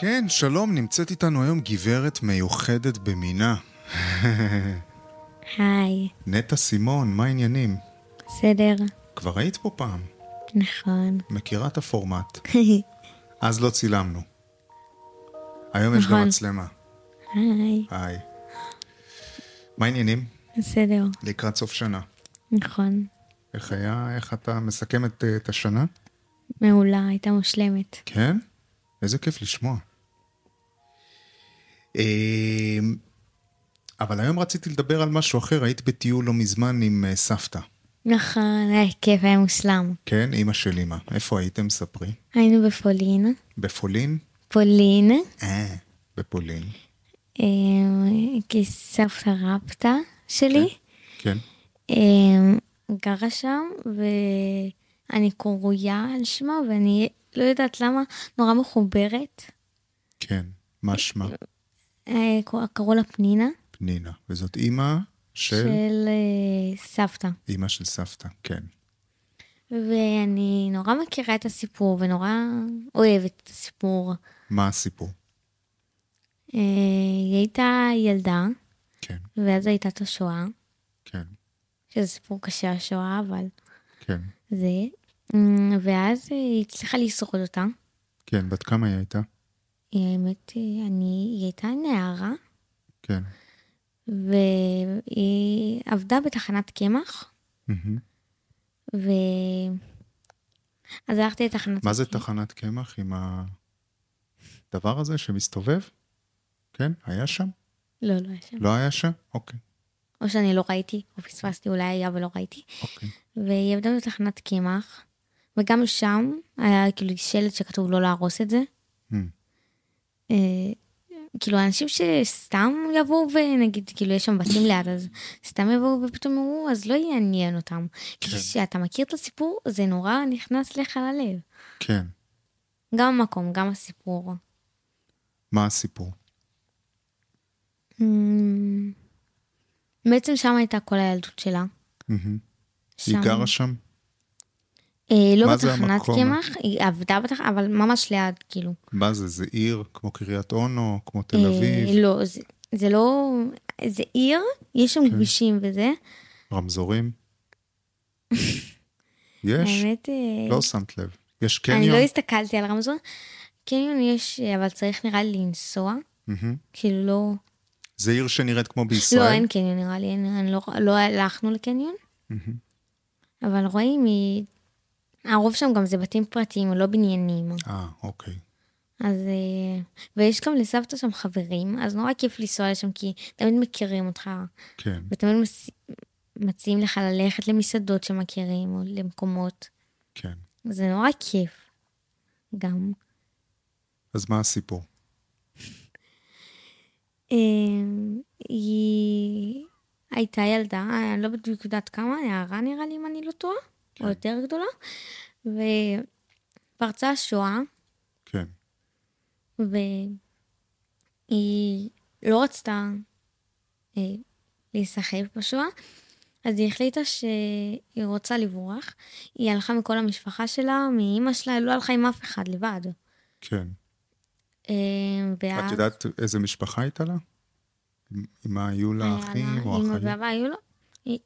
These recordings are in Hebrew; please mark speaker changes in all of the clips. Speaker 1: כן, שלום, נמצאת איתנו היום גברת מיוחדת במינה.
Speaker 2: היי,
Speaker 1: נטע סימון, מה העניינים?
Speaker 2: בסדר,
Speaker 1: כבר היית פה פעם,
Speaker 2: נכון.
Speaker 1: מכירה את הפורמט. אז לא צילמנו. היום יש גם
Speaker 2: נכון.
Speaker 1: מצלמה.
Speaker 2: היי,
Speaker 1: היי. מה העניינים?
Speaker 2: בסדר,
Speaker 1: לקראת סוף שנה.
Speaker 2: נכון.
Speaker 1: איך היה, איך אתה מסכם את, אה, את השנה?
Speaker 2: מעולה, הייתה מושלמת.
Speaker 1: כן? איזה כיף לשמוע. אמ, אבל היום רציתי לדבר על משהו אחר, היית בטיול לא מזמן עם אה, סבתא,
Speaker 2: נכון, היה כיף, היה מושלם.
Speaker 1: כן? אימא של אימא. איפה הייתם? ספרי.
Speaker 2: היינו בפולין.
Speaker 1: בפולין?
Speaker 2: פולין,
Speaker 1: אה. בפולין.
Speaker 2: אמ, כי סבתא רבתא שלי
Speaker 1: כן.
Speaker 2: אמ, גרה שם, ואני קרויה על שמה, ואני לא יודעת למה, נורא מחוברת.
Speaker 1: כן. מה שמה?
Speaker 2: אה, קרא- קראו לה פנינה,
Speaker 1: פנינה. וזאת אימא של...
Speaker 2: של אה, סבתא.
Speaker 1: אימא של סבתא, כן.
Speaker 2: ואני נורא מכירה את הסיפור ונורא אוהבת את הסיפור.
Speaker 1: מה הסיפור?
Speaker 2: אה, היא הייתה ילדה,
Speaker 1: כן,
Speaker 2: ואז הייתה את השואה,
Speaker 1: כן,
Speaker 2: שזה סיפור קשה השואה, אבל
Speaker 1: כן.
Speaker 2: זה. אמ, ואז אה, היא הצליחה לשרוד אותה.
Speaker 1: כן, בת כמה היא הייתה?
Speaker 2: האמת, אה, אני, היא הייתה נערה,
Speaker 1: כן.
Speaker 2: והיא עבדה בתחנת קמח,
Speaker 1: מהמם.
Speaker 2: ו... אז הלכתי לתחנת...
Speaker 1: מה זה תחנת קמח עם הדבר הזה שמסתובב? כן, היה שם?
Speaker 2: לא, לא היה שם.
Speaker 1: לא היה שם? אוקיי,
Speaker 2: או שאני לא ראיתי, או פספסתי, אולי היה ולא ראיתי.
Speaker 1: אוקיי.
Speaker 2: והיא עבדה בתחנת קמח, וגם שם היה כאילו שלט שכתוב לא להרוס את זה.
Speaker 1: אמ,
Speaker 2: אה, כאילו אנשים שסתם יבואו ונגיד כאילו יש שם בתים ליד אז סתם יבואו ופתאום יראו אז לא יעניין אותם. כי כשאתה מכיר את הסיפור זה נורא נכנס לך ללב.
Speaker 1: כן.
Speaker 2: גם המקום גם הסיפור.
Speaker 1: מה הסיפור?
Speaker 2: אמ, בעצם שם הייתה כל הילדות שלה.
Speaker 1: מהמם.
Speaker 2: שם.
Speaker 1: היא גרה שם?
Speaker 2: אה, לא
Speaker 1: מה זה
Speaker 2: בתחנת
Speaker 1: המקום?
Speaker 2: קמח, היא עבדה בתחנת, אבל ממש ליד, כאילו.
Speaker 1: מה זה, זה עיר כמו קריית אונו, כמו תל
Speaker 2: אה,
Speaker 1: אביב,
Speaker 2: לא, זה, זה לא... זה עיר, יש
Speaker 1: כן.
Speaker 2: שם כבישים וזה.
Speaker 1: רמזורים? יש?
Speaker 2: האמת, אה,
Speaker 1: לא שמת לב. יש
Speaker 2: אני לא
Speaker 1: קניון?
Speaker 2: הסתכלתי על הרמזור. קניון יש, אה, אבל צריך נראה לי לנסוע.
Speaker 1: מהמם.
Speaker 2: כאילו לא...
Speaker 1: זה עיר שנראית כמו בישראל?
Speaker 2: לא, אין קניון נראה לי, אין, אין, לא, לא הלכנו לקניון.
Speaker 1: מהמם.
Speaker 2: אבל רואים, היא... הרוב שם גם זה בתים פרטיים, לא בניינים.
Speaker 1: אה, אוקיי.
Speaker 2: אז... אה, ויש גם לסבתא שם חברים, אז נורא כיף לנסוע לשם, כי תמיד מכירים אותך,
Speaker 1: כן.
Speaker 2: ותמיד מס... מציעים לך ללכת למסעדות שמכירים, או למקומות.
Speaker 1: כן.
Speaker 2: זה נורא כיף. גם.
Speaker 1: אז מה הסיפור?
Speaker 2: אמ, היא הייתה ילדה, אני לא בדיוק יודעת כמה, נערה נראה לי אם אני לא טועה, או יותר גדולה, ופרצה השואה,
Speaker 1: כן.
Speaker 2: והיא לא רצתה אה, להיסחף בשואה, אז היא החליטה שהיא רוצה לברוח. היא הלכה מכל המשפחה שלה, מאימא שלה, היא לא הלכה עם אף אחד, לבד.
Speaker 1: כן.
Speaker 2: אה, ואז-
Speaker 1: את יודעת איזה משפחה הייתה לה? עם- עם מה היו לה
Speaker 2: היה
Speaker 1: אחים
Speaker 2: לה-
Speaker 1: או
Speaker 2: אמא
Speaker 1: אחיות?
Speaker 2: ואבא היו לו. היא-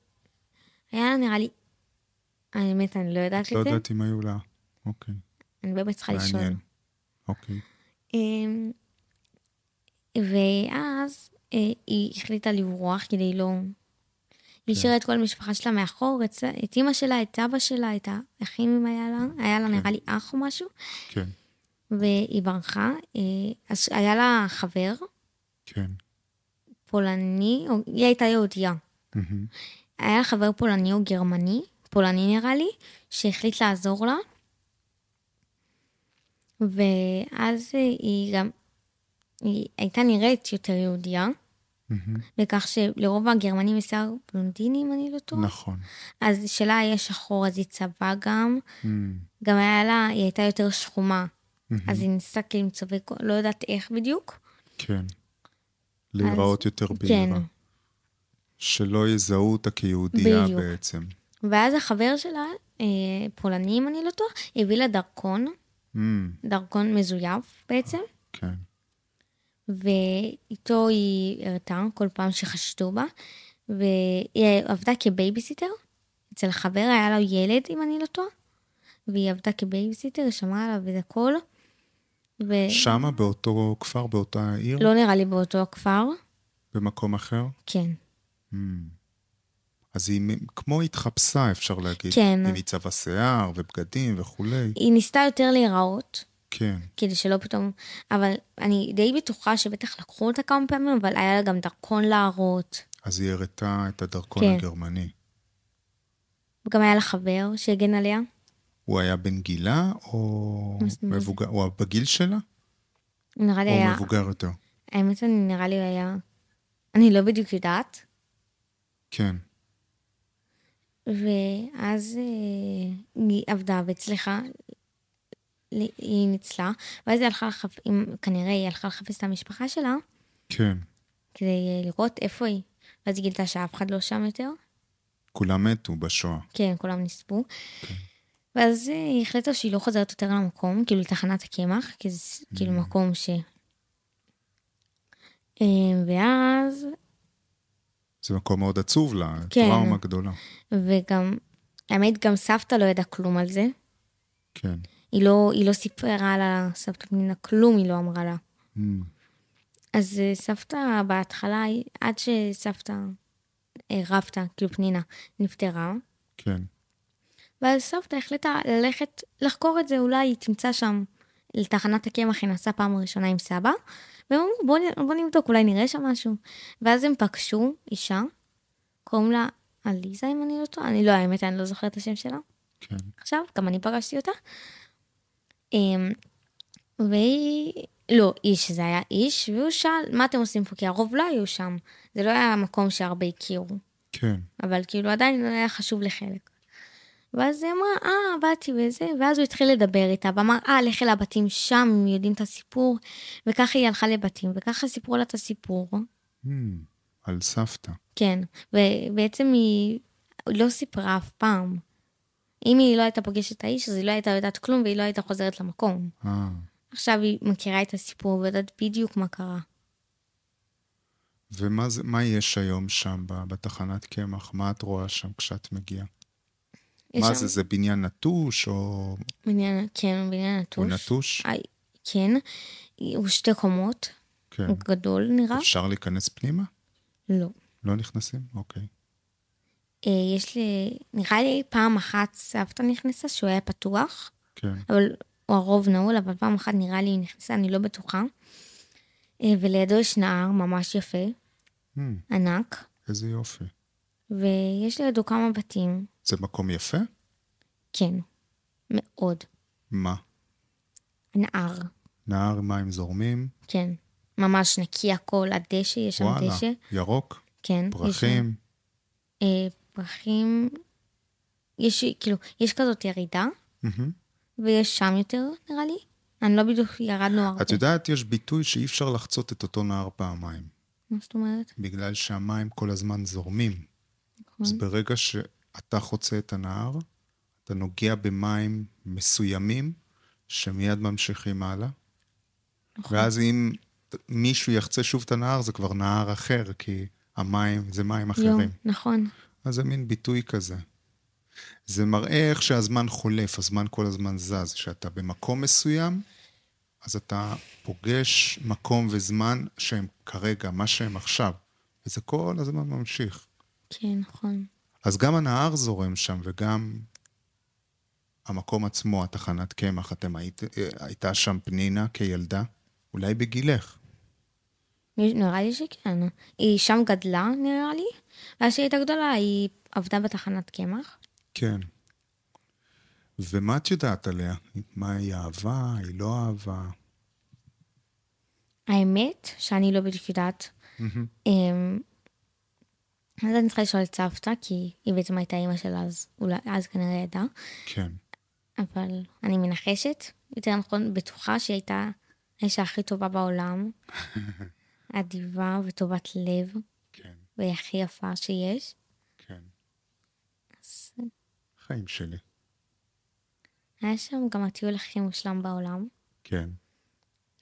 Speaker 2: היה לה נראה לי... האמת, אני לא יודעת
Speaker 1: לא
Speaker 2: את זה.
Speaker 1: יודעת אם היו לה. אוקיי,
Speaker 2: אני באמת צריכה לשאול.
Speaker 1: מעניין. אוקיי,
Speaker 2: אמ, ואז אה, היא החליטה לברוח כדי לא... היא השאירה את כל המשפחה שלה מאחור, את, את אימא שלה, את אבא שלה, את האחים אם היה לה, היה לה נראה לי אח או משהו,
Speaker 1: כן,
Speaker 2: והיא ברחה. אה, אז היה לה חבר
Speaker 1: כן.
Speaker 2: פולני, או, היא הייתה יהודייה.
Speaker 1: מהמם.
Speaker 2: היה לה חבר פולני או גרמני, פולני נראה לי, שהחליט לעזור לה. ואז אה, היא גם, היא הייתה נראית יותר יהודייה,
Speaker 1: מהמם.
Speaker 2: בכך שלרוב הגרמנים יש שיער בלונדיני, אם אני לא טועה.
Speaker 1: נכון.
Speaker 2: אז שלה היה שחור, אז היא צבעה גם.
Speaker 1: אמ,
Speaker 2: גם היה לה, היא הייתה יותר שחומה.
Speaker 1: מהמם.
Speaker 2: אז היא ניסתה כאילו עם צווי, כו- לא יודעת איך בדיוק.
Speaker 1: כן. להיראות יותר
Speaker 2: כן.
Speaker 1: בהירה. שלא יזהו אותה כיהודייה
Speaker 2: בדיוק.
Speaker 1: בעצם.
Speaker 2: ואז החבר שלה, אה, פולני, אם אני לא טועה, הביא לה דרכון,
Speaker 1: אמ,
Speaker 2: דרכון מזויף בעצם.
Speaker 1: כן.
Speaker 2: ואיתו היא הראתה כל פעם שחשדו בה, והיא עבדה כבייביסיטר. אצל חבר היה לו ילד, אם אני לא טועה, והיא עבדה כבייביסיטר, היא שמרה עליו וזה הכל. ו...
Speaker 1: שמה, באותו כפר, באותה עיר?
Speaker 2: לא נראה לי באותו הכפר.
Speaker 1: במקום אחר?
Speaker 2: כן.
Speaker 1: Hmm. אז היא מ- כמו התחפשה, אפשר להגיד.
Speaker 2: כן.
Speaker 1: עם היא צבע שיער ובגדים וכולי.
Speaker 2: היא ניסתה יותר להיראות,
Speaker 1: כן.
Speaker 2: כדי שלא פתאום... אבל אני די בטוחה שבטח לקחו אותה כמה פעמים, אבל היה לה גם דרכון להראות.
Speaker 1: אז היא הראתה את הדרכון
Speaker 2: כן.
Speaker 1: הגרמני.
Speaker 2: וגם היה לה חבר שהגן עליה.
Speaker 1: הוא היה בן גילה או
Speaker 2: מה זאת אומרת?
Speaker 1: מבוגר, או בגיל שלה?
Speaker 2: נראה לי
Speaker 1: או
Speaker 2: היה...
Speaker 1: מבוגר יותר?
Speaker 2: האמת, אני נראה לי היה... אני לא בדיוק יודעת.
Speaker 1: כן.
Speaker 2: ואז אה, היא עבדה והצליחה, ל- היא ניצלה, ואז היא הלכה לחפש, כנראה היא הלכה לחפש את המשפחה שלה,
Speaker 1: כן.
Speaker 2: כדי אה, לראות איפה היא. ואז היא גילתה שאף אחד לא שם יותר,
Speaker 1: כולם מתו בשואה.
Speaker 2: כן, כולם נספו. ואז אה, היא החליטה שהיא לא חוזרת יותר למקום, כאילו לתחנת הקמח, כי זה ס- כאילו מקום ש... אה, ואז
Speaker 1: זה מקום מאוד עצוב לה,
Speaker 2: כן.
Speaker 1: טראומה גדולה.
Speaker 2: וגם, האמת, גם סבתא לא ידעה כלום על זה.
Speaker 1: כן.
Speaker 2: היא לא, היא לא סיפרה לה, סבתא פנינה, כלום היא לא אמרה לה.
Speaker 1: Mm.
Speaker 2: אז אה, סבתא בהתחלה, היא- עד שסבתא, אה, רבתא, כאילו פנינה, נפטרה,
Speaker 1: כן.
Speaker 2: ואז סבתא החליטה ללכת לחקור את זה, אולי היא תמצא שם לתחנת הקמח, היא נסעה פעם ראשונה עם סבא, והם אמרו, בוא, נ- בוא נבדוק, אולי נראה שם משהו. ואז הם פגשו אישה, קוראים לה עליזה, אם אני לא טועה, אני לא, האמת, אני לא זוכרת את השם שלה.
Speaker 1: כן.
Speaker 2: עכשיו, גם אני פגשתי אותה. אמ, והיא, לא, איש, זה היה איש, והוא שאל, מה אתם עושים פה? כי הרוב לא היו שם. זה לא היה מקום שהרבה הכירו,
Speaker 1: כן.
Speaker 2: אבל כאילו עדיין היה חשוב לחלק. ואז היא אמרה, אה, באתי וזה, ואז הוא התחיל לדבר איתה, ואמר, אה, לכי לבתים שם, הם יודעים את הסיפור, וככה היא הלכה לבתים, וככה סיפרו לה את הסיפור.
Speaker 1: Mm. על סבתא.
Speaker 2: כן, ובעצם היא לא סיפרה אף פעם. אם היא לא הייתה פוגשת את האיש, אז היא לא הייתה יודעת כלום והיא לא הייתה חוזרת למקום.
Speaker 1: אה.
Speaker 2: עכשיו היא מכירה את הסיפור ויודעת בדיוק מה קרה.
Speaker 1: ומה זה, מה יש היום שם ב- בתחנת קמח? מה את רואה שם כשאת מגיעה?
Speaker 2: יש
Speaker 1: מה
Speaker 2: שם
Speaker 1: זה, זה בניין נטוש או
Speaker 2: בניין, כן, בניין נטוש.
Speaker 1: הוא נטוש?
Speaker 2: איי, כן, הוא שתי קומות,
Speaker 1: כן.
Speaker 2: הוא גדול נראה.
Speaker 1: אפשר להיכנס פנימה?
Speaker 2: לא.
Speaker 1: לא נכנסים? אוקיי.
Speaker 2: אה, יש לי, נראה לי פעם אחת סבתא נכנסה שהוא היה פתוח,
Speaker 1: כן.
Speaker 2: אבל הוא הרוב נעול, אבל פעם אחת נראה לי היא נכנסה, אני לא בטוחה. אה, ולידו יש נהר ממש יפה,
Speaker 1: Mm,
Speaker 2: ענק,
Speaker 1: איזה יופי.
Speaker 2: ויש לידו כמה בתים,
Speaker 1: זה מקום יפה?
Speaker 2: כן, מאוד.
Speaker 1: מה?
Speaker 2: נהר,
Speaker 1: נהר מים זורמים?
Speaker 2: כן. ממש נקי הכל, הדשא, יש שם
Speaker 1: וואלה.
Speaker 2: דשא.
Speaker 1: ירוק?
Speaker 2: כן. יש שם,
Speaker 1: פרחים?
Speaker 2: אה, פרחים. יש, כאילו, יש כזאת ירידה,
Speaker 1: מהמם.
Speaker 2: ויש שם יותר, נראה לי. אני לא בדיוק ירדנו הרבה.
Speaker 1: את יודעת, יש ביטוי שאי אפשר לחצות את אותו נהר פעמיים,
Speaker 2: מה זאת אומרת?
Speaker 1: בגלל שהמים כל הזמן זורמים. אז
Speaker 2: נכון.
Speaker 1: ברגע שאתה חוצה את הנהר, אתה נוגע במים מסוימים, שמיד ממשיכים הלאה, ואז אם ת- מישהו יחצה שוב את הנהר, זה כבר נהר אחר, כי המים זה מים
Speaker 2: יום,
Speaker 1: אחרים.
Speaker 2: נכון.
Speaker 1: אז זה מין ביטוי כזה. זה מראה איך שהזמן חולף, הזמן כל הזמן זז. כשאתה במקום מסוים, אז אתה פוגש מקום וזמן שהם כרגע, מה שהם עכשיו. וזה כל הזמן ממשיך.
Speaker 2: כן, נכון.
Speaker 1: אז גם הנהר זורם שם, וגם המקום עצמו, התחנת קמח, אתם היית, אה, הייתה שם פנינה כילדה, אולי בגילך.
Speaker 2: נראה לי שכן. היא שם גדלה, נראה לי. ואז שהיא הייתה גדולה, היא עבדה בתחנת קמח.
Speaker 1: כן. ומה את יודעת עליה? מה היא אהבה? היא לא אהבה?
Speaker 2: האמת, שאני לא בדיוק יודעת. אמ, אז אני צריכה לשאול את סבתא, כי היא בעצם הייתה אימא שלה, אז אולי, אז כנראה ידעה.
Speaker 1: כן.
Speaker 2: אבל אני מנחשת, יותר נכון, בטוחה שהיא הייתה האישה הכי טובה בעולם. אדיבה וטובת לב,
Speaker 1: כן.
Speaker 2: והיא הכי יפה שיש.
Speaker 1: כן.
Speaker 2: אז
Speaker 1: חיים שלי.
Speaker 2: היה שם גם הטיול הכי מושלם בעולם.
Speaker 1: כן.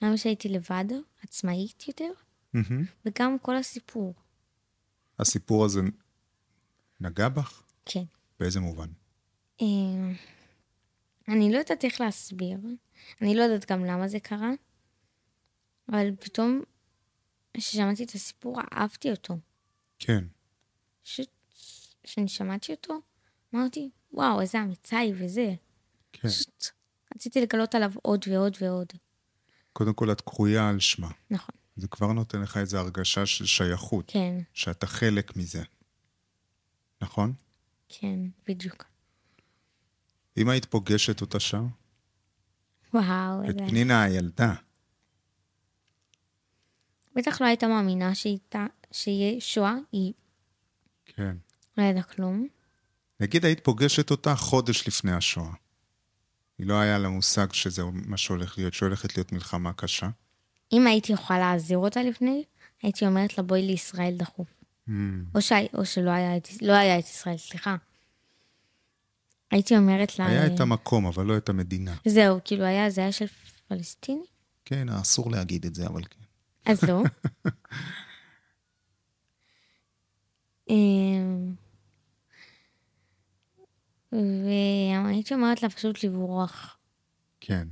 Speaker 2: גם שהייתי לבד, עצמאית יותר,
Speaker 1: מהמם.
Speaker 2: וגם כל הסיפור.
Speaker 1: הסיפור הזה נגע בך?
Speaker 2: כן.
Speaker 1: באיזה מובן?
Speaker 2: אה, אני לא יודעת איך להסביר, אני לא יודעת גם למה זה קרה, אבל פתאום כששמעתי את הסיפור, אהבתי אותו.
Speaker 1: כן.
Speaker 2: פשוט כשאני שמעתי אותו, אמרתי, וואו, איזה אמיצה היא וזה.
Speaker 1: כן.
Speaker 2: פשוט רציתי לגלות עליו עוד ועוד ועוד.
Speaker 1: קודם כל, את קרויה על שמה.
Speaker 2: נכון,
Speaker 1: זה כבר נותן לך איזו הרגשה של שייכות,
Speaker 2: כן,
Speaker 1: שאתה חלק מזה. נכון?
Speaker 2: כן, בדיוק.
Speaker 1: אם היית פוגשת אותה שם,
Speaker 2: וואו,
Speaker 1: את
Speaker 2: איזה...
Speaker 1: פנינה הילדה,
Speaker 2: בטח לא הייתה מאמינה שהייתה, שיהיה שואה, היא
Speaker 1: כן.
Speaker 2: לא ידעה כלום.
Speaker 1: נגיד היית פוגשת אותה חודש לפני השואה. היא לא היה לה מושג שזה מה שהולך להיות, שהולכת להיות מלחמה קשה.
Speaker 2: אם הייתי יכולה להזהיר אותה לפני, הייתי אומרת לה בואי לישראל דחוף.
Speaker 1: Mm.
Speaker 2: או, ש... או שלא היה את... לא היה את ישראל, סליחה. הייתי אומרת לה...
Speaker 1: היה
Speaker 2: אה,
Speaker 1: את המקום, אבל לא את המדינה.
Speaker 2: זהו, כאילו היה, זה היה של פלסטיני?
Speaker 1: כן, אסור להגיד את זה, אבל כן.
Speaker 2: אז לא. אמ, והייתי אומרת לה פשוט לברוח,
Speaker 1: כן,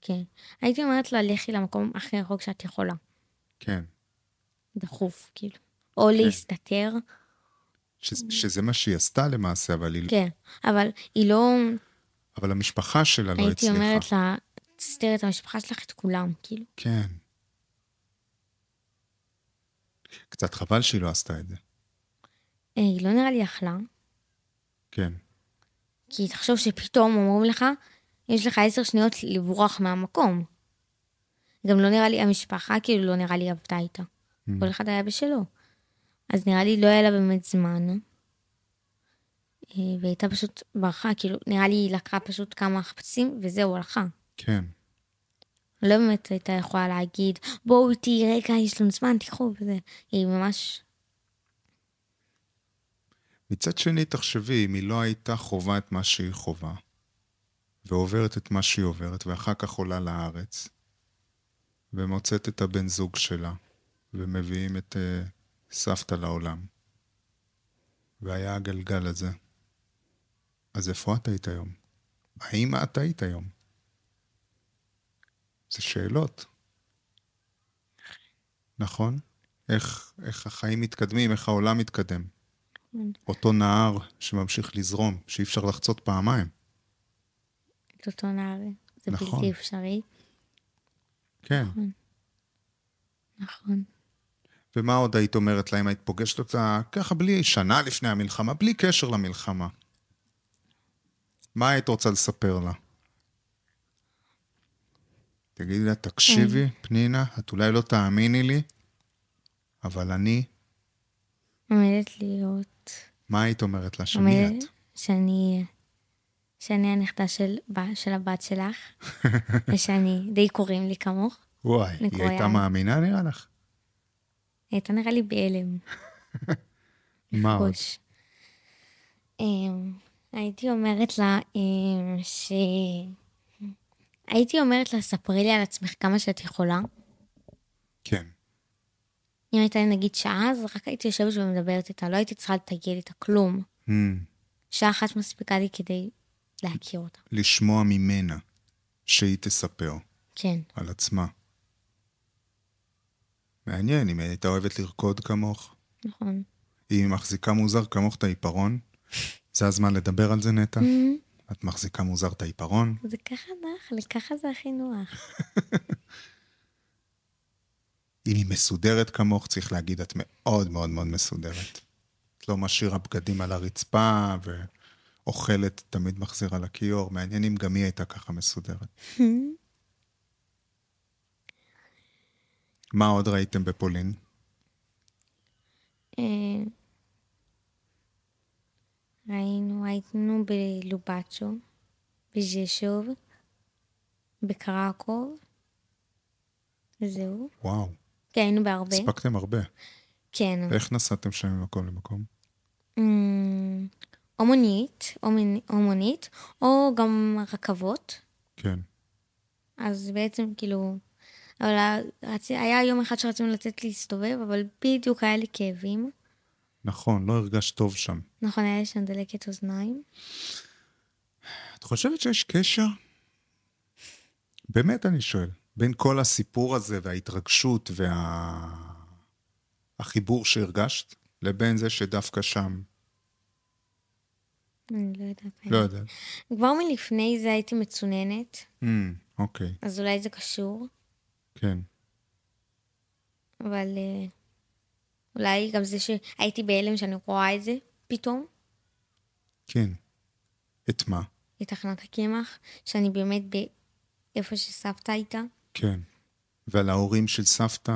Speaker 2: כן. הייתי אומרת לה, לכי למקום הכי רחוק שאת יכולה,
Speaker 1: כן.
Speaker 2: דחוף, כאילו. או להסתתר,
Speaker 1: ש- שזה מה שהיא עשתה למעשה, אבל, היא...
Speaker 2: כן. אבל היא לא,
Speaker 1: אבל המשפחה שלה לא
Speaker 2: הייתי
Speaker 1: הצליחה.
Speaker 2: אומרת לה, תסתיר את המשפחה שלך, את כולם, כאילו.
Speaker 1: כן. קצת חבל שהיא לא עשתה את זה.
Speaker 2: אה, היא לא נראה לי יכלה,
Speaker 1: כן,
Speaker 2: כי תחשוב שפתאום אומרים לך, יש לך עשר שניות לברוח מהמקום. גם לא נראה לי, המשפחה כאילו לא נראה לי עבדה איתה.
Speaker 1: Mm.
Speaker 2: כל אחד היה בשלו. אז נראה לי לא היה לה באמת זמן. אה, והיא הייתה פשוט ברחה, כאילו, נראה לי היא לקחה פשוט כמה חפצים, וזהו, הלכה.
Speaker 1: כן.
Speaker 2: לא באמת הייתה יכולה להגיד, בואו איתי, רגע, יש לנו זמן, תיקחו, וזה. היא ממש...
Speaker 1: מצד שני, תחשבי, אם היא לא הייתה חווה את מה שהיא חווה, ועוברת את מה שהיא עוברת, ואחר כך עולה לארץ, ומוצאת את הבן זוג שלה, ומביאים את uh, סבתא לעולם, והיה הגלגל הזה, אז איפה את היית היום? האם את היית היום? זה שאלות. נכון? איך, איך החיים מתקדמים, איך העולם מתקדם. אותו נהר שממשיך לזרום, שאי אפשר לחצות פעמיים.
Speaker 2: את אותו נער, זה
Speaker 1: נכון.
Speaker 2: בלתי אפשרי.
Speaker 1: כן.
Speaker 2: נכון.
Speaker 1: ומה עוד היית אומרת לה אם היית פוגשת אותה ככה בלי, שנה לפני המלחמה, בלי קשר למלחמה? מה היית רוצה לספר לה? תגידי לה, תקשיבי, פנינה, את אולי לא תאמיני לי, אבל אני,
Speaker 2: עומדת להיות...
Speaker 1: מה היית אומרת לה? שמי
Speaker 2: אומרת
Speaker 1: את?
Speaker 2: שאני... שאני הנכדה של, ב- של הבת שלך, ושאני, די קוראים לי כמוך.
Speaker 1: וואי,
Speaker 2: אני
Speaker 1: היא הייתה
Speaker 2: קרויה.
Speaker 1: מאמינה נראה לך?
Speaker 2: היא הייתה נראה לי בהלם.
Speaker 1: אה, מה עוד?
Speaker 2: ראש. אמ, הייתי אומרת לה אמ, ש... הייתי אומרת לה, ספרי לי על עצמך כמה שאת יכולה.
Speaker 1: כן,
Speaker 2: אם הייתה לי נגיד שעה, אז רק הייתי יושבת ומדברת איתה, לא הייתי צריכה לתגל איתה כלום.
Speaker 1: Hmm,
Speaker 2: שעה אחת מספיקה לי כדי להכיר אותה.
Speaker 1: לשמוע ממנה שהיא תספר.
Speaker 2: כן,
Speaker 1: על עצמה. מעניין, אם היא הייתה אוהבת לרקוד כמוך,
Speaker 2: נכון.
Speaker 1: היא מחזיקה מוזר כמוך את העיפרון, זה הזמן לדבר על זה, נטע? את מחזיקה מוזר את העיפרון?
Speaker 2: זה ככה נח לי, ככה זה הכי נוח.
Speaker 1: אם היא מסודרת כמוך, צריך להגיד, את מאוד מאוד מאוד מסודרת. את לא משאירה בגדים על הרצפה, ואוכלת תמיד מחזירה לכיור. מעניין אם גם היא הייתה ככה מסודרת. מה עוד ראיתם בפולין?
Speaker 2: אמ, ראינו, היינו בלובצ'ו, בז'שוב, בקרקוב, וזהו.
Speaker 1: וואו,
Speaker 2: כן, היינו בהרבה.
Speaker 1: הספקתם הרבה.
Speaker 2: כן.
Speaker 1: איך נסעתם שם ממקום למקום?
Speaker 2: אמ, או מונית, או מנ- או מונית, או גם רכבות.
Speaker 1: כן.
Speaker 2: אז בעצם כאילו, אבל רצ... היה יום אחד שרצינו לצאת להסתובב, אבל בדיוק היה לי כאבים.
Speaker 1: נכון, לא הרגשת טוב שם.
Speaker 2: נכון, היה לי שם דלקת אוזניים.
Speaker 1: את חושבת שיש קשר? באמת, אני שואל. בין כל הסיפור הזה וההתרגשות והחיבור שהרגשת, לבין זה שדווקא שם...
Speaker 2: אני לא יודעת.
Speaker 1: לא יודעת.
Speaker 2: כבר מלפני זה הייתי מצוננת,
Speaker 1: Mm, אוקיי,
Speaker 2: אז אולי זה קשור,
Speaker 1: כן.
Speaker 2: אבל אה, אולי גם זה שהייתי בהלם שאני רואה את זה פתאום,
Speaker 1: כן. את מה?
Speaker 2: את תחנת הקמח, שאני באמת ב... איפה שסבתא הייתה.
Speaker 1: כן. ועל ההורים של סבתא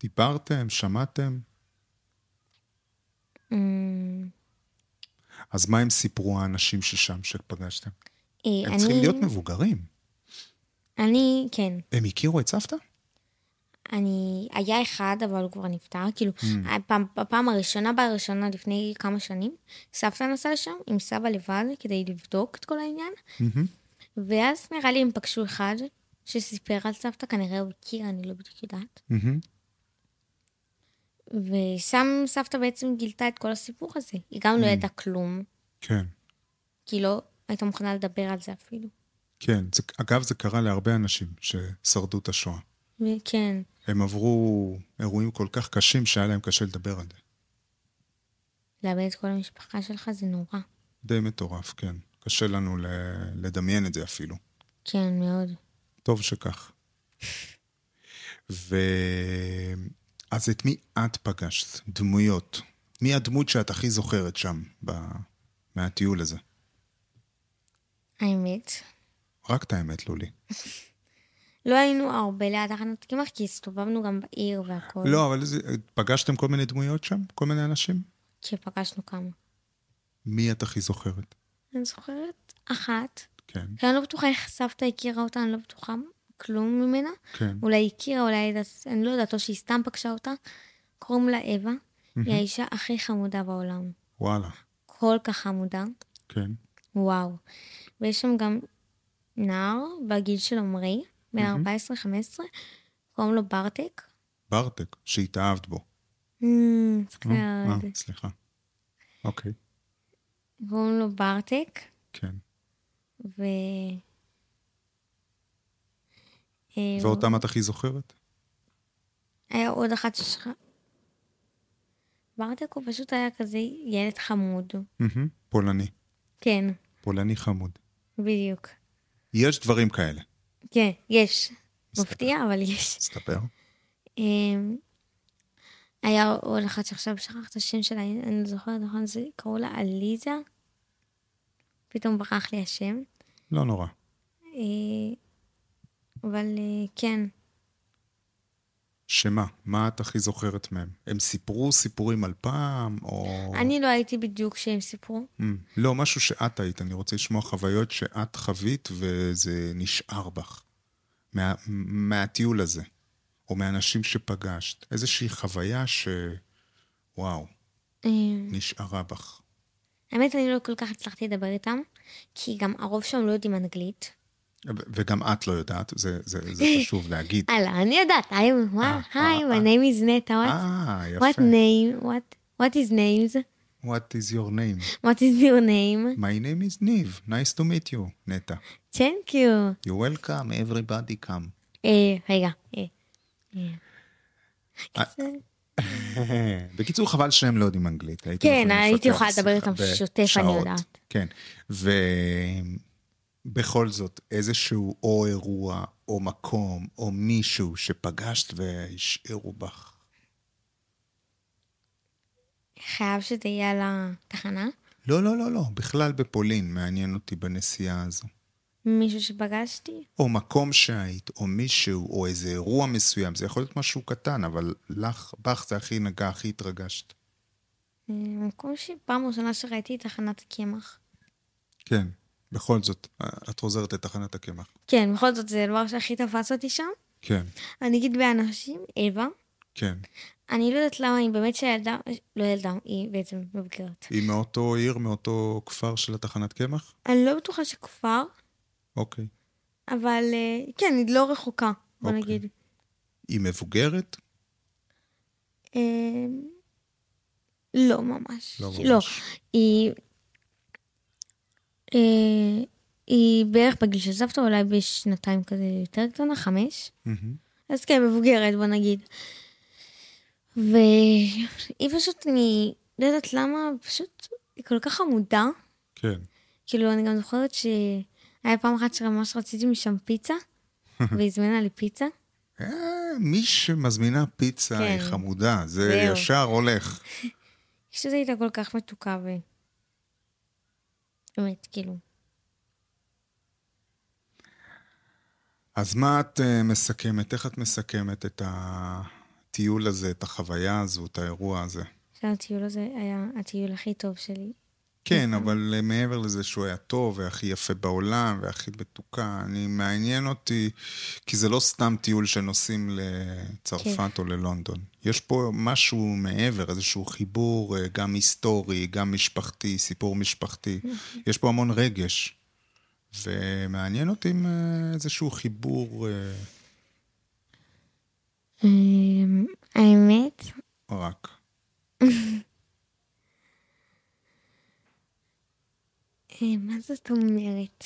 Speaker 1: דיברתם? שמעתם?
Speaker 2: אמ,
Speaker 1: אז מה הם סיפרו האנשים ששם שפגשתם?
Speaker 2: אה,
Speaker 1: הם
Speaker 2: אני-
Speaker 1: צריכים להיות מבוגרים.
Speaker 2: אני, כן.
Speaker 1: הם הכירו את סבתא?
Speaker 2: אני, היה אחד, אבל הוא כבר נפטר, כאילו, הפעם, בפעם הראשונה, בראשונה, לפני כמה שנים, סבתא נסעה לשם עם סבא לבד כדי לבדוק את כל העניין, ואז נראה לי הם פגשו אחד שסיפר על סבתא, כנראה הוא הכיר, אני לא בדיוק יודעת,
Speaker 1: מהמם.
Speaker 2: ושם סבתא בעצם גילתה את כל הסיפור הזה. היא גם לא ידעה כלום,
Speaker 1: כן,
Speaker 2: כי היא לא הייתה מוכנה לדבר על זה אפילו.
Speaker 1: כן. זה, אגב, זה קרה להרבה אנשים ששרדו את השואה.
Speaker 2: וכן,
Speaker 1: הם עברו אירועים כל כך קשים שהיה להם קשה לדבר על זה.
Speaker 2: לאבד את כל המשפחה שלך זה נורא.
Speaker 1: די מטורף, כן. קשה לנו ל... לדמיין את זה אפילו.
Speaker 2: כן, מאוד.
Speaker 1: טוב שכך. ו... אז את מי את פגשת? דמויות. מי הדמות שאת הכי זוכרת שם, ב... מהטיול הזה?
Speaker 2: האמת,
Speaker 1: רק את האמת, לולי.
Speaker 2: לא היינו הרבה ליד תחנת קמח, כי הסתובבנו גם בעיר והכל.
Speaker 1: לא, אבל זה... פגשתם כל מיני דמויות שם? כל מיני אנשים?
Speaker 2: כשפגשנו כמה.
Speaker 1: מי את הכי זוכרת?
Speaker 2: אני זוכרת אחת,
Speaker 1: כן,
Speaker 2: שאני לא בטוחה איך סבתא הכירה אותה, אני לא בטוחה כלום ממנה.
Speaker 1: כן.
Speaker 2: אולי היא הכירה, אולי היא יודעת, אני לא יודעת, או שהיא סתם פגשה אותה. קוראים לה אווה, היא האישה הכי חמודה בעולם.
Speaker 1: וואלה,
Speaker 2: כל כך חמודה,
Speaker 1: כן.
Speaker 2: וואו. ויש שם גם נער בגיל של עמרי, בן 14-15, קוראים לו ברטק.
Speaker 1: ברטק, שהתאהבת בו.
Speaker 2: אמ,
Speaker 1: אה, אה,
Speaker 2: זוכרת.
Speaker 1: סליחה. אוקיי,
Speaker 2: קוראים לו ברטק,
Speaker 1: כן.
Speaker 2: ו... אה,
Speaker 1: ואותם את הכי זוכרת?
Speaker 2: היה עוד אחת ששכח... ברטק הוא פשוט היה כזה ילד חמוד.
Speaker 1: מהמם. פולני.
Speaker 2: כן,
Speaker 1: פולני חמוד.
Speaker 2: בדיוק.
Speaker 1: יש דברים כאלה.
Speaker 2: כן, יש.
Speaker 1: מסתבר.
Speaker 2: מפתיע, אבל יש.
Speaker 1: תספר.
Speaker 2: אמ, היה עוד אחת שעכשיו שכחת את השם שלה, אני לא זוכרת, נכון? זה קראו לה עליזה. פתאום ברח לי השם.
Speaker 1: לא נורא.
Speaker 2: אה, אבל אה, כן,
Speaker 1: שמה? מה את הכי זוכרת מהם? הם סיפרו סיפורים על פעם, או...
Speaker 2: אני לא הייתי בדיוק כשהם סיפרו.
Speaker 1: Mm, לא, משהו שאת היית. אני רוצה לשמוע חוויות שאת חווית וזה נשאר בך. מה, מהטיול הזה, או מאנשים שפגשת. איזושהי חוויה ש... וואו,
Speaker 2: אמ,
Speaker 1: נשארה בך.
Speaker 2: האמת, אני לא כל כך הצלחתי לדבר איתם, כי גם הרוב שם לא יודעים אנגלית.
Speaker 1: ו- וגם את לא יודעת, זה, זה, זה חשוב להגיד.
Speaker 2: הלאה, אני יודעת, היי, מה, היי, my name is נטע, what,
Speaker 1: אה,
Speaker 2: what
Speaker 1: יפה.
Speaker 2: name, what, what is names,
Speaker 1: What is your name?
Speaker 2: what is your name,
Speaker 1: My name is Niv. Nice to meet you, נטע.
Speaker 2: thank you.
Speaker 1: You welcome, everybody come.
Speaker 2: אה, רגע, אה,
Speaker 1: אה, בקיצור, חבל שהם לא יודעים אנגלית. הייתם
Speaker 2: כן,
Speaker 1: יכולים
Speaker 2: הייתי
Speaker 1: לפתח
Speaker 2: יכולה לדבר
Speaker 1: שיחה
Speaker 2: איתם שוטף, אני
Speaker 1: בשעות.
Speaker 2: יודעת.
Speaker 1: כן, ובכל זאת, איזשהו או אירוע, או מקום, או מישהו שפגשת והשאירו בך.
Speaker 2: חייב שזה יהיה על התחנה,
Speaker 1: לא, לא, לא, לא, בכלל בפולין, מעניין אותי בנסיעה הזו.
Speaker 2: מישהו שפגשתי,
Speaker 1: או מקום שהיית, או מישהו, או איזה אירוע מסוים, זה יכול להיות משהו קטן, אבל לך, בך זה הכי נגע, הכי התרגשת.
Speaker 2: אה, מקום שפעם ראשונה שראיתי את תחנת הקמח.
Speaker 1: כן, בכל זאת, את חוזרת לתחנת הקמח.
Speaker 2: כן, בכל זאת, זה הדבר שהכי תפס אותי שם.
Speaker 1: כן,
Speaker 2: אני אגיד באנשים, אווה,
Speaker 1: כן.
Speaker 2: אני לא יודעת למה, היא באמת שהילדה, לא ילדה, היא בעצם מבוגרת.
Speaker 1: היא מאותו עיר, מאותו כפר של התחנת קמח?
Speaker 2: אני לא בטוחה שכפר,
Speaker 1: אוקיי.
Speaker 2: אבל אה, כן, היא לא רחוקה. בוא
Speaker 1: אוקיי.
Speaker 2: נגיד.
Speaker 1: היא מבוגרת?
Speaker 2: אה, לא ממש.
Speaker 1: לא
Speaker 2: לא,
Speaker 1: ממש.
Speaker 2: היא... אה, היא בערך בגיל של סבתא, אולי בשנתיים כזה יותר קטנה, חמש.
Speaker 1: מהמם.
Speaker 2: אז כן, מבוגרת, בוא נגיד. והיא פשוט, אני לא יודעת למה, פשוט, היא כל כך חמודה.
Speaker 1: כן.
Speaker 2: כאילו, אני גם זוכרת שהיה פעם אחת שממש רציתי משם פיצה, והיא הזמינה לי פיצה.
Speaker 1: אה, מי שמזמינה פיצה היא
Speaker 2: כן.
Speaker 1: חמודה, זה
Speaker 2: זהו.
Speaker 1: ישר הולך.
Speaker 2: פשוט הייתה כל כך מתוקה ו... באמת, כאילו.
Speaker 1: אז מה את אה, מסכמת? איך את מסכמת את הטיול הזה, את החוויה הזו, את האירוע הזה?
Speaker 2: שהטיול הזה היה הטיול הכי טוב שלי.
Speaker 1: כן, אבל אה, מעבר לזה שהוא היה טוב והכי יפה בעולם והכי מתוקה, אני מעניין אותי, כי זה לא סתם טיול שנוסעים לצרפת או ללונדון. יש פה משהו מעבר, איזשהו חיבור אה, גם היסטורי, גם משפחתי, סיפור משפחתי. יש פה המון רגש. ומעניין אותי אם אה, איזשהו חיבור, אה,
Speaker 2: אמ, האמת,
Speaker 1: רק.
Speaker 2: אה, מה זאת אומרת?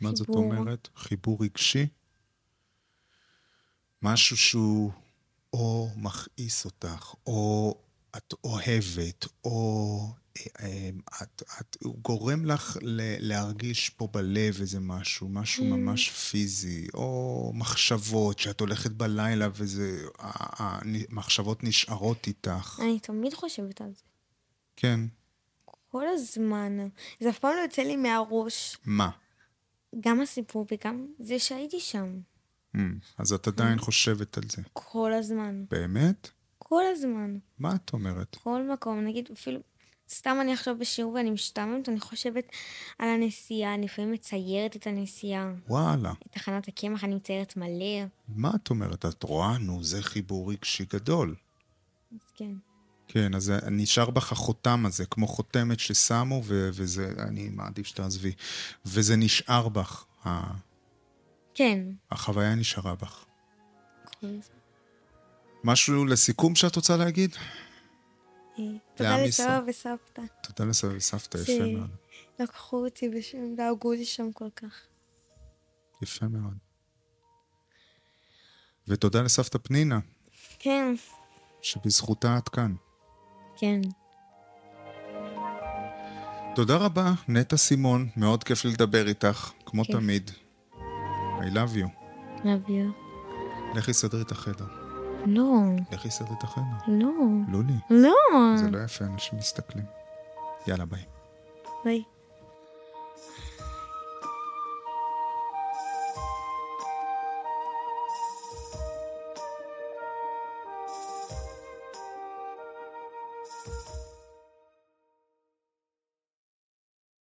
Speaker 1: מה זאת
Speaker 2: חיבור.
Speaker 1: אומרת? חיבור רגשי? משהו שהוא או מכעיס אותך, או את אוהבת, או אה, אה, את, את, הוא גורם לך ל- להרגיש פה בלב איזה משהו, משהו ממש פיזי, או מחשבות שאת הולכת בלילה וזה, המחשבות נשארות איתך.
Speaker 2: אני תמיד חושבת על זה.
Speaker 1: כן,
Speaker 2: כל הזמן. זה אף פעם לא יוצא לי מהראש.
Speaker 1: מה?
Speaker 2: גם הסיפור וגם זה שהייתי שם.
Speaker 1: Mm, אז את עדיין חושבת על זה.
Speaker 2: כל הזמן.
Speaker 1: באמת?
Speaker 2: כל הזמן.
Speaker 1: מה את אומרת?
Speaker 2: כל מקום. נגיד, אפילו... סתם אני עכשיו בשיעור ואני משתעממת, אני חושבת על הנסיעה, אני לפעמים מציירת את הנסיעה,
Speaker 1: וואלה.
Speaker 2: את תחנת הקמח, אני מציירת מלא.
Speaker 1: מה את אומרת? את רואה? נו, זה חיבור רגשי גדול.
Speaker 2: אז כן.
Speaker 1: כן, אז אה, נשאר בך החותם הזה, כמו חותמת ששמו, ו- וזה, אני מעדיף שתעזבי. וזה נשאר בך, ה-
Speaker 2: כן.
Speaker 1: החוויה נשארה בך.
Speaker 2: כל הזמן.
Speaker 1: משהו לסיכום שאת רוצה להגיד?
Speaker 2: אה, תודה
Speaker 1: לעם
Speaker 2: לסבא
Speaker 1: ישראל.
Speaker 2: וסבתא.
Speaker 1: תודה לסבא וסבתא,
Speaker 2: ש-
Speaker 1: יפה מאוד.
Speaker 2: לקחו אותי בשם, דאגו לי שם כל כך.
Speaker 1: יפה מאוד. ותודה לסבתא פנינה,
Speaker 2: כן.
Speaker 1: שבזכותה את כאן.
Speaker 2: כן.
Speaker 1: תודה רבה, נטע סימון, מאוד כיף לי לדבר איתך, כמו
Speaker 2: כיף.
Speaker 1: תמיד. I love you.
Speaker 2: נביא.
Speaker 1: לכי סדרי את החדר.
Speaker 2: לא.
Speaker 1: לכי סדר את החדר.
Speaker 2: לא.
Speaker 1: לולי,
Speaker 2: לא.
Speaker 1: זה לא יפה, אנשים מסתכלים. יאללה, ביי.
Speaker 2: ביי.